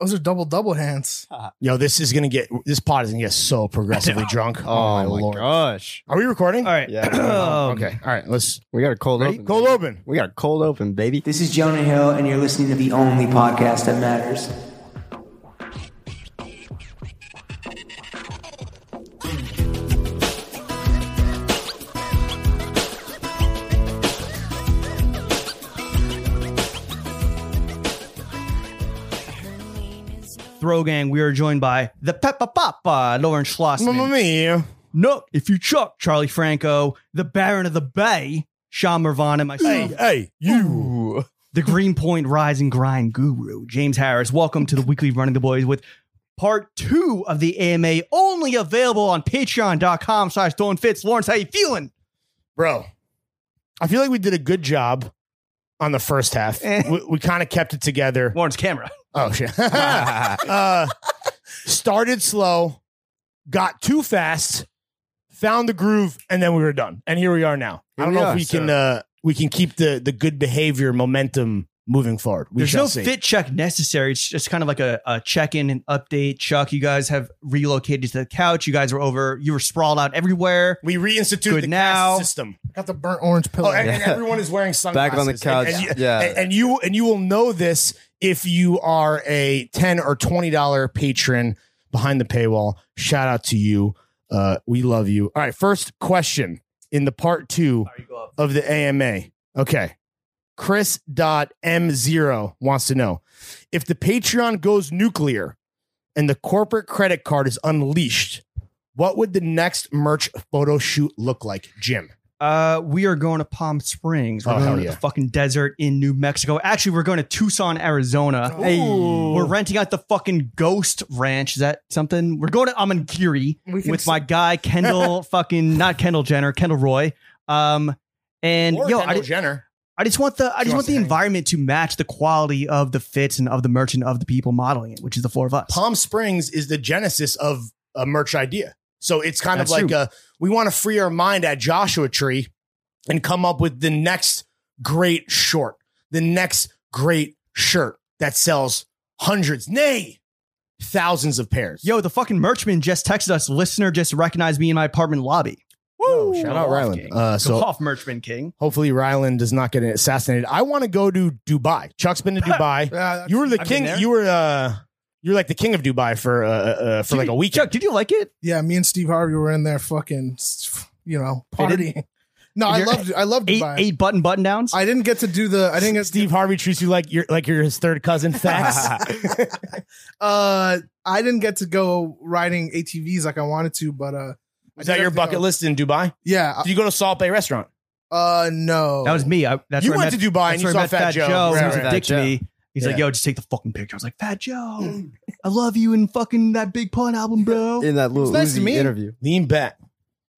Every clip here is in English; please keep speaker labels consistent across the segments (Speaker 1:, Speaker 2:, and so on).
Speaker 1: Those are double double hands.
Speaker 2: Yo, this is gonna get this pod is gonna get so progressively drunk. Oh, my lord.
Speaker 3: gosh.
Speaker 2: Are we recording? Oh,
Speaker 3: All right.
Speaker 4: Yeah.
Speaker 2: Okay. All right. Let's
Speaker 4: We got a cold
Speaker 2: ready?
Speaker 4: open.
Speaker 2: Cold open.
Speaker 4: We got a cold open, baby.
Speaker 5: This is Jonah Hill, and you're listening to the only podcast that matters.
Speaker 3: Throw gang, we are joined by the Peppa Papa, Lauren
Speaker 2: Mamma
Speaker 3: Schlossman.
Speaker 2: mia.
Speaker 3: No, if you chuck Charlie Franco, the Baron of the Bay, Sean Mervon, and myself,
Speaker 2: Hey, hey, you.
Speaker 3: the Greenpoint Rise and Grind Guru, James Harris. Welcome to the weekly Running the Boys with part two of the AMA, only available on patreon.com slash throwing fits. Lawrence, how you feeling?
Speaker 2: Bro, I feel like we did a good job on the first half.
Speaker 3: Eh.
Speaker 2: we we kind of kept it together.
Speaker 3: Lawrence camera.
Speaker 2: Oh shit. uh, started slow, got too fast, found the groove, and then we were done. And here we are now. I
Speaker 4: Here
Speaker 2: don't
Speaker 4: we
Speaker 2: know if
Speaker 4: are,
Speaker 2: we can uh, we can keep the the good behavior momentum moving forward. We
Speaker 3: There's
Speaker 2: shall
Speaker 3: no
Speaker 2: see.
Speaker 3: fit check necessary. It's just kind of like a, a check in and update. Chuck, you guys have relocated to the couch. You guys were over, you were sprawled out everywhere.
Speaker 2: we reinstituted
Speaker 3: Good
Speaker 2: the
Speaker 3: now.
Speaker 2: cast system.
Speaker 1: Got the burnt orange pillow.
Speaker 2: Oh, and, and
Speaker 4: Yeah.
Speaker 2: everyone is wearing sunglasses.
Speaker 4: on the
Speaker 2: And-
Speaker 4: couch.
Speaker 2: And, you-
Speaker 4: Yeah.
Speaker 2: and- and you and you will know this if you are a ten or twenty dollar patron behind the paywall. Shout out to you. Uh, we love you. All right. First question in the part two of the AMA. Okay. Chris dot M zero wants to know if the Patreon goes nuclear and the corporate credit card is unleashed. What would the next merch photo shoot look like, Jim?
Speaker 3: Uh, we are going to Palm Springs. We're
Speaker 2: Oh, hell
Speaker 3: going to
Speaker 2: yeah.
Speaker 3: the fucking desert in New Mexico. Actually, we're going to Tucson, Arizona. We're renting out the fucking Ghost Ranch. Is that something? We're going to Amanguiri
Speaker 1: We can
Speaker 3: with
Speaker 1: s-
Speaker 3: my guy Kendall, fucking not Kendall Jenner, Kendall Roy. Um, and
Speaker 2: or
Speaker 3: yo, I
Speaker 2: Kendall
Speaker 3: did-
Speaker 2: Jenner.
Speaker 3: I just want the I
Speaker 2: She
Speaker 3: just want
Speaker 2: wants to
Speaker 3: the
Speaker 2: hang.
Speaker 3: environment to match the quality of the fits and of the merchant of the people modeling it, which is the four of us.
Speaker 2: Palm Springs is the genesis of a merch idea. So it's kind
Speaker 3: That's
Speaker 2: of like
Speaker 3: true.
Speaker 2: a we want to free our mind at Joshua Tree and come up with the next great short, the next great shirt that sells hundreds, nay, thousands of pairs.
Speaker 3: Yo, the fucking merchman just texted us. Listener just recognized me in my apartment lobby. Woo!
Speaker 2: shout out Ryland. Uh,
Speaker 3: Uh,
Speaker 2: so-
Speaker 3: so off, merchman king.
Speaker 2: Hopefully Ryland does not get assassinated. I want to go to Dubai. Chuck's been to Dubai.
Speaker 1: Yeah,
Speaker 2: you were the
Speaker 3: I've
Speaker 2: king.
Speaker 3: been there.
Speaker 2: You were uh you were like the king of Dubai for uh, uh for like a
Speaker 3: Chuck,
Speaker 2: weekend.
Speaker 3: did you like it?
Speaker 1: yeah, me and Steve Harvey were in there fucking, you know, partying. No, I
Speaker 3: You're-
Speaker 1: loved I loved
Speaker 3: Eight
Speaker 1: Dubai.
Speaker 3: eight button button downs.
Speaker 1: I didn't get to do the I didn't get
Speaker 2: Steve Harvey treats you like you're like you're his third cousin. Facts.
Speaker 1: uh I didn't get to go riding ATVs like I wanted to, but uh I did
Speaker 2: Is that your
Speaker 1: have to
Speaker 2: bucket
Speaker 1: go-
Speaker 2: list in Dubai?
Speaker 1: Yeah.
Speaker 2: Did you go to Salt Bay Restaurant?
Speaker 1: Uh no.
Speaker 3: that was me. I, that's
Speaker 2: you
Speaker 3: where I
Speaker 2: went
Speaker 3: met-
Speaker 2: to Dubai and
Speaker 3: that's
Speaker 2: you
Speaker 3: where I
Speaker 2: saw
Speaker 3: met
Speaker 2: Fat, Joe.
Speaker 3: Joe.
Speaker 2: Right,
Speaker 3: He was
Speaker 2: right.
Speaker 3: a
Speaker 4: Fat
Speaker 3: dick to
Speaker 4: Joe.
Speaker 3: me. He's like,
Speaker 2: Yeah.
Speaker 3: yo, just take the fucking picture. I was like, Fat Joe, I love you and fucking that Big Pun album, bro.
Speaker 4: In that little
Speaker 1: nice to
Speaker 4: Uzi
Speaker 1: meet.
Speaker 4: interview.
Speaker 2: Lean back.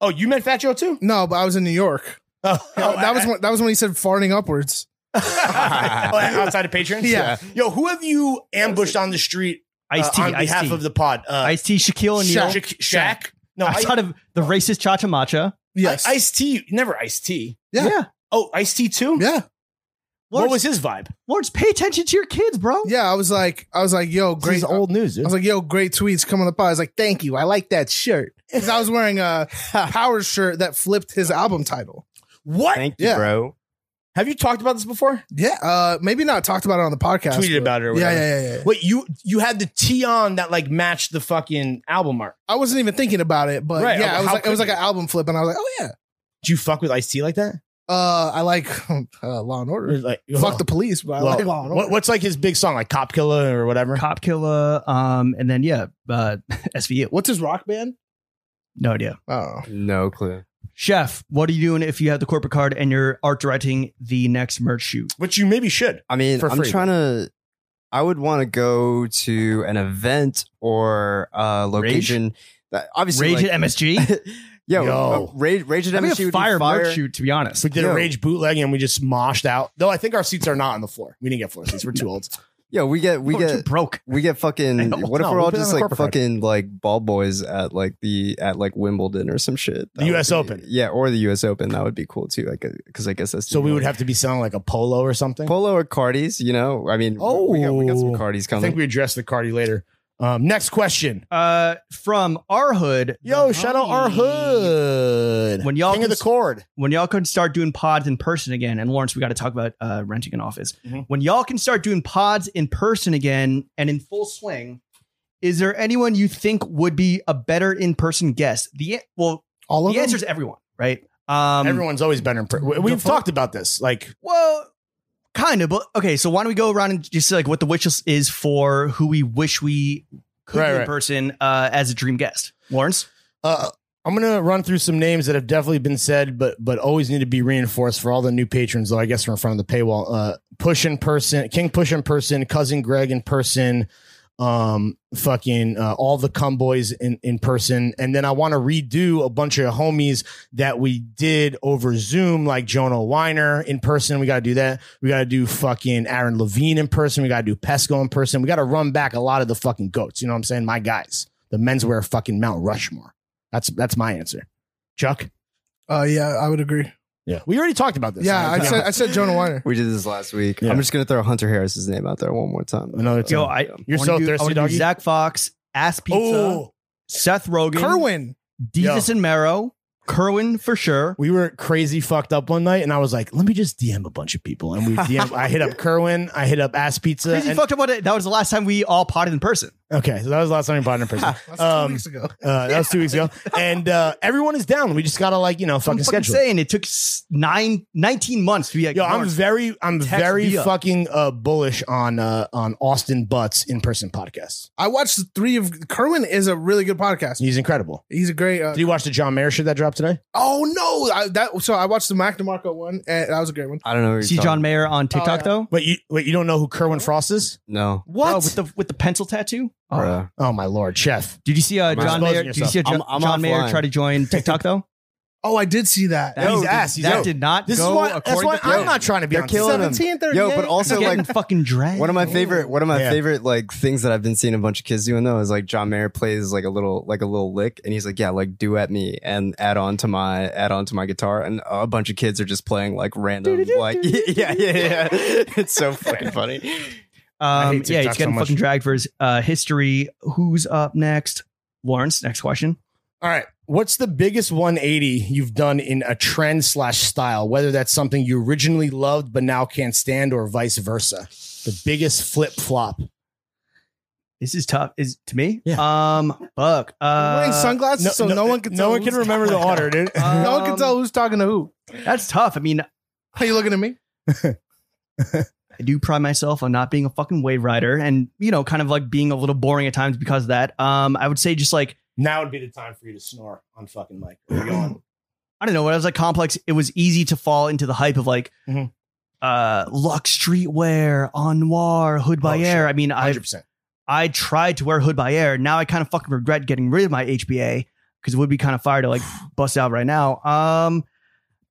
Speaker 2: Oh, you met Fat Joe too?
Speaker 1: no, but I was in New York. Uh,
Speaker 2: Oh,
Speaker 1: that was when that was when he said farting upwards.
Speaker 2: oh, outside of patrons.
Speaker 1: Yeah.
Speaker 2: Yo, who have you ambushed on the street uh,
Speaker 3: Ice T,
Speaker 2: on
Speaker 3: Ice
Speaker 2: behalf
Speaker 3: T,
Speaker 2: of the pod? Uh,
Speaker 3: Ice T, Shaquille O'Neal.
Speaker 2: Shaq. Shaq. No,
Speaker 3: I
Speaker 2: I,
Speaker 3: thought of the racist Cha Cha Macha.
Speaker 1: Yes.
Speaker 2: Ice T. Never Ice T.
Speaker 1: Yeah.
Speaker 2: Oh, Ice T too.
Speaker 1: yeah.
Speaker 2: What
Speaker 3: Lawrence,
Speaker 2: was his vibe?
Speaker 3: Lawrence, pay attention to your kids, bro.
Speaker 1: Yeah, I was like I was like, yo, great
Speaker 2: news.
Speaker 1: I was like, yo, great tweets come on the pod. I was like, thank you. I like that shirt. Because I was wearing a power shirt that flipped his album title.
Speaker 2: what?
Speaker 4: Thank you,
Speaker 1: Yeah.
Speaker 4: bro.
Speaker 2: Have you talked about this before?
Speaker 1: Yeah. Uh, maybe not talked about it on the podcast.
Speaker 2: Tweeted
Speaker 1: but-
Speaker 2: about it or
Speaker 1: Yeah,
Speaker 2: whatever.
Speaker 1: yeah, yeah, yeah.
Speaker 2: Wait, you you had the T on that like matched the fucking album art.
Speaker 1: I wasn't even thinking about it, but
Speaker 2: Right,
Speaker 1: yeah, I was
Speaker 2: how
Speaker 1: like, it was
Speaker 2: could
Speaker 1: like an
Speaker 2: you?
Speaker 1: album flip, and I was like, oh yeah.
Speaker 2: Do you fuck with Ice T like that?
Speaker 1: Uh, I like uh, Law and
Speaker 2: Or
Speaker 1: Order.
Speaker 2: Like oh.
Speaker 1: Fuck the police, but I
Speaker 2: Well,
Speaker 1: like Law and Order.
Speaker 2: what- what's like his big song, like Cop Killer or whatever?
Speaker 3: Cop Killer, um, and then yeah, uh, SVU.
Speaker 1: What's his rock band?
Speaker 3: No idea.
Speaker 1: Oh,
Speaker 4: No clue.
Speaker 3: Chef, what are you doing if you have the corporate card and you're art directing the next merch shoot?
Speaker 2: Which you maybe should.
Speaker 4: I mean,
Speaker 2: For
Speaker 4: I'm
Speaker 2: free.
Speaker 4: trying to. I would want to go to an event or a location. That, obviously,
Speaker 3: Rage
Speaker 4: like,
Speaker 3: at MSG.
Speaker 4: Yo,
Speaker 2: Yo.
Speaker 4: uh, Rage, Rage at
Speaker 3: That'd
Speaker 4: MSG
Speaker 3: be a
Speaker 4: would
Speaker 3: fire,
Speaker 4: be fire.
Speaker 3: merch shoot, to be honest.
Speaker 2: We did a
Speaker 4: Yo.
Speaker 2: rage bootleg and we just moshed out. Though I think our seats are not on the floor. We didn't get floor seats. We're too old.
Speaker 4: Yeah, we get we
Speaker 3: We get
Speaker 4: get
Speaker 3: too broke.
Speaker 4: we get fucking.
Speaker 2: No,
Speaker 4: what if
Speaker 2: no,
Speaker 4: we're
Speaker 2: we'll
Speaker 4: all
Speaker 2: put it on
Speaker 4: just
Speaker 2: the
Speaker 4: like
Speaker 2: corporate card.
Speaker 4: fucking like ball boys at like the at like Wimbledon or some shit?
Speaker 2: The
Speaker 4: That
Speaker 2: US
Speaker 4: would be-
Speaker 2: Open.
Speaker 4: yeah, or the U.S. Open. That would be cool too. I because I guess that's
Speaker 2: So
Speaker 4: the
Speaker 2: we would
Speaker 4: only-
Speaker 2: have to be selling like a polo or something.
Speaker 4: polo or Cardis. You know, I mean, oh, we got, we got some
Speaker 2: Oh.
Speaker 4: Cardis
Speaker 2: I
Speaker 4: coming.
Speaker 2: think we address the Cardi later. Um, next question.
Speaker 3: Uh, from our hood.
Speaker 2: Yo,
Speaker 3: the
Speaker 2: shout out our
Speaker 3: homie.
Speaker 2: hood.
Speaker 3: When y'all
Speaker 2: King of
Speaker 3: can
Speaker 2: the
Speaker 3: s-
Speaker 2: cord.
Speaker 3: When y'all can start doing pods in person again, and Lawrence, we got to talk about uh, renting an office.
Speaker 2: Mhm.
Speaker 3: When y'all can start doing pods in person again and in full swing, is there anyone you think would be a better in person guest? The well,
Speaker 1: All of
Speaker 3: the
Speaker 1: them.
Speaker 3: answer is everyone, right? Um,
Speaker 2: Everyone's always better. In per- we- we've
Speaker 3: fuck?
Speaker 2: talked about this. Like,
Speaker 3: Well, kind of, but okay. So why don't we go around and just say, like what the wish list is for who we wish we could
Speaker 2: Right,
Speaker 3: be in
Speaker 2: right.
Speaker 3: person uh, as a dream guest, Lawrence.
Speaker 2: uh, I'm gonna run through some names that have definitely been said, but but always need to be reinforced for all the new patrons. Though I guess are in front of the paywall. Uh, push in person, King push in person, cousin Greg in person, um, fucking uh, all the cum boys in in person, and then I want to redo a bunch of homies that we did over Zoom, like Jonah Weiner in person. We got to do that. We got to do fucking Aaron Levine in person. We got to do Pesco in person. We got to run back a lot of the fucking goats. You know what I'm saying? My guys, the menswear fucking Mount Rushmore. That's that's my answer. Chuck.
Speaker 1: Uh, yeah, I would agree.
Speaker 2: Yeah, we already talked about this.
Speaker 1: Yeah, I said I said Jonah Weiner.
Speaker 4: We did this last week.
Speaker 2: Yeah.
Speaker 4: I'm just gonna throw Hunter Harris's name out there one more time.
Speaker 2: another.
Speaker 3: Yo,
Speaker 2: time.
Speaker 3: I
Speaker 2: You're
Speaker 3: I wanna
Speaker 2: so
Speaker 3: do- I
Speaker 2: thirsty,
Speaker 3: wanna do
Speaker 2: doggy.
Speaker 3: Zach Fox, Ass Pizza,
Speaker 2: Oh,
Speaker 3: Seth Rogen,
Speaker 1: Kerwin.
Speaker 3: Jesus and Marrow, Kerwin for sure.
Speaker 2: we were crazy fucked up one night, and I was like, "Let me just DM a bunch of people." And we DM. I hit up Kerwin. I hit up Ass Pizza.
Speaker 3: Crazy
Speaker 2: and-
Speaker 3: fucked up. What it- that was the last time we all potted in person.
Speaker 2: okay, so that was the last time we bought in person.
Speaker 1: That's
Speaker 2: Um,
Speaker 1: two weeks ago.
Speaker 2: Uh, that was two weeks ago. And uh, everyone is down. We just gotta like you know
Speaker 3: I'm
Speaker 2: fucking
Speaker 3: fucking
Speaker 2: schedule. it.
Speaker 3: saying it took s- nine, 19 months to be like,
Speaker 2: Yo, I'm
Speaker 3: Lawrence,
Speaker 2: very, I'm
Speaker 3: Text
Speaker 2: very
Speaker 3: Via.
Speaker 2: fucking uh, bullish on uh, on Austin Butts in person podcast.
Speaker 1: I watched the three of Kerwin is a really good podcast.
Speaker 2: He's incredible.
Speaker 1: He's a great. Uh,
Speaker 2: Did you watch the John Mayer shit that dropped today?
Speaker 1: oh no, I, that so I watched the Mac DeMarco one. And that was a great one.
Speaker 4: I don't know. who you're
Speaker 3: see
Speaker 4: talking-
Speaker 3: John Mayer on TikTok
Speaker 1: yeah.
Speaker 3: though.
Speaker 2: But you, wait, you don't know who Kerwin Frost is?
Speaker 4: No,
Speaker 3: What with the with the pencil tattoo? Oh.
Speaker 4: bruh.
Speaker 2: Oh my lord, chef!
Speaker 3: Did you see uh,
Speaker 4: I'm
Speaker 3: John
Speaker 2: exposing
Speaker 3: Mayer? Did you see a
Speaker 4: yourself.
Speaker 3: John,
Speaker 4: I'm- I'm
Speaker 3: John Mayer
Speaker 4: offline.
Speaker 3: try to join TikTok though?
Speaker 1: Oh, I did see that.
Speaker 2: Yo,
Speaker 3: That-
Speaker 2: he's ass, he's
Speaker 3: that
Speaker 2: out.
Speaker 3: did not
Speaker 2: This
Speaker 3: go
Speaker 2: is why. That's
Speaker 3: according
Speaker 2: why
Speaker 3: to
Speaker 2: I'm
Speaker 4: Yo,
Speaker 2: not tryrying to be
Speaker 4: they're
Speaker 2: on
Speaker 4: killing him.
Speaker 1: 1738.
Speaker 4: Yo, but also
Speaker 3: He's getting
Speaker 4: like
Speaker 3: fucking dragged.
Speaker 4: one of my favorite one of my
Speaker 2: Yeah.
Speaker 4: favorite like things that I've been seeing a bunch of kids doing though is like John Mayer plays like a little like a little lick and he's like yeah like duet me and add on to my add on to my guitar and a bunch of kids are just playing like random like yeah yeah yeah it's so fucking funny
Speaker 2: I
Speaker 3: Um,
Speaker 2: hate
Speaker 3: yeah,
Speaker 2: TikTok
Speaker 3: he's getting
Speaker 2: so much.
Speaker 3: fucking dragged for his uh, history. Who's up next? Lawrence, next question.
Speaker 2: All right. What's the biggest 180 you've done in a trend slash style, whether that's something you originally loved but now can't stand or vice versa? The biggest flip flop.
Speaker 3: This is tough. Is to me? Um, fuck.
Speaker 1: We're
Speaker 3: Uh,
Speaker 1: wearing sunglasses, so no, one can.
Speaker 2: no
Speaker 1: tell
Speaker 2: one can
Speaker 1: who's-
Speaker 2: remember the order, dude.
Speaker 3: Uh,
Speaker 1: no one can
Speaker 3: Um,
Speaker 1: tell who's talking to who.
Speaker 3: that's tough. I mean,
Speaker 1: Are you looking at me?
Speaker 3: I do pride myself on not being a fucking wave rider, and you know, kind of like being a little boring at times because of that. Um, I would say just like
Speaker 2: now would be the time for you to snore on fucking Mike.
Speaker 3: I don't know, when I was like complex, it was easy to fall into the hype of like
Speaker 2: Mhm.
Speaker 3: uh Lux streetwear, Anwar, Hood by Air.
Speaker 2: sure.
Speaker 3: I mean, I
Speaker 2: 100%.
Speaker 3: I tried to wear Hood by Air. Now I kind of fucking regret getting rid of my HBA because it would be kind of fire to like bust out right now. Um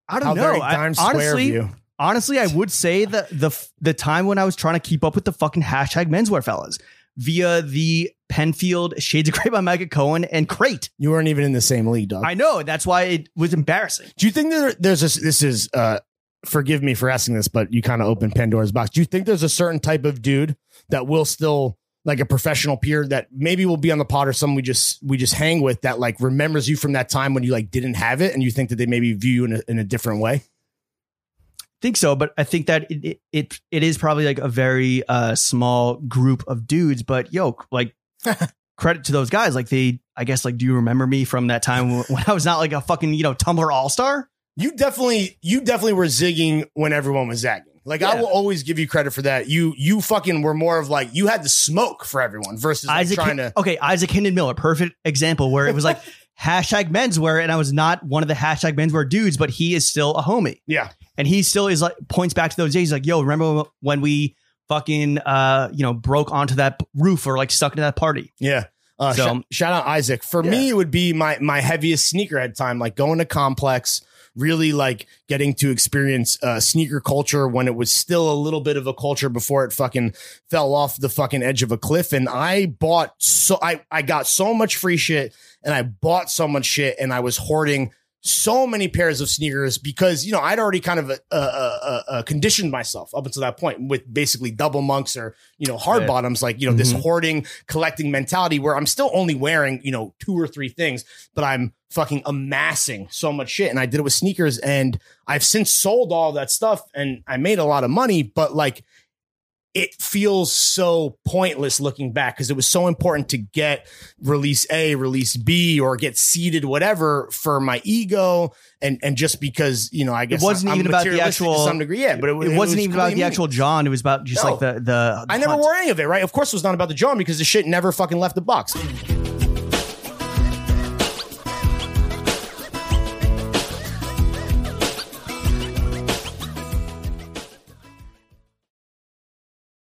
Speaker 3: I don't
Speaker 2: How very
Speaker 3: know. I-
Speaker 2: Times Square
Speaker 3: honestly,
Speaker 2: of you.
Speaker 3: honestly, I would say that the f- the time when I was trying to keep up with the fucking hashtag menswear fellas via the Penfield Shades of Grey by Micah Cohen and Crate.
Speaker 2: You weren't even in the same league, dog.
Speaker 3: I know that's why it was embarrassing.
Speaker 2: Do you think there, there's a, this is uh forgive me for asking this, but you kind of opened Pandora's box. Do you think there's a certain type of dude that will still like a professional peer that maybe will be on the pod or someone we just we just hang with that like remembers you from that time when you like didn't have it and you think that they maybe view you in a, in a different way?
Speaker 3: think so, but I think that it it- it, it is probably like a very uh, small group of dudes. But yo, like credit to those guys. Like they, I guess, like do you remember me from that time when I was not like a fucking you know Tumblr all star?
Speaker 2: You definitely you definitely were zigging when everyone was zagging. Like I
Speaker 3: Yeah.
Speaker 2: will always give you credit for that. You you fucking were more of like you had the smoke for everyone versus like,
Speaker 3: Isaac,
Speaker 2: trying to
Speaker 3: okay, Isaac Hinden Miller, perfect example where it was like hashtag menswear, and I was not one of the hashtag menswear dudes, but he is still a homie.
Speaker 2: Yeah.
Speaker 3: and he still is like points back to those days. He's like, yo, remember when we fucking uh you know broke onto that roof or like stuck into that party?
Speaker 2: Yeah. Uh,
Speaker 3: So-
Speaker 2: sh- shout out Isaac. For me, it would be my my heaviest sneakerhead time, like going to Complex, really like getting to experience uh, sneaker culture when it was still a little bit of a culture before it fucking fell off the fucking edge of a cliff. And I bought so I I got so much free shit and I bought so much shit and I was hoarding so many pairs of sneakers because you know I'd already kind of uh, uh, uh, uh, conditioned myself up until that point with basically double monks or you know hard
Speaker 4: Right.
Speaker 2: bottoms like you know this
Speaker 4: Mhm.
Speaker 2: hoarding collecting mentality where I'm still only wearing you know two or three things but I'm fucking amassing so much shit and I did it with sneakers and I've since sold all that stuff and I made a lot of money but like it feels so pointless looking back because it was so important to get release A, release B, or get seeded, whatever, for my ego, and and just because you know, I guess
Speaker 3: wasn't
Speaker 2: I'm
Speaker 3: even about the
Speaker 2: materialistic to
Speaker 3: actual-
Speaker 2: some degree, yeah, but it,
Speaker 3: it, wasn't even about the actual John. It was about just
Speaker 2: No.
Speaker 3: like the the.
Speaker 2: I never
Speaker 3: hunt.
Speaker 2: wore any of it, right? Of course, it was not about the John because the shit never fucking left the box.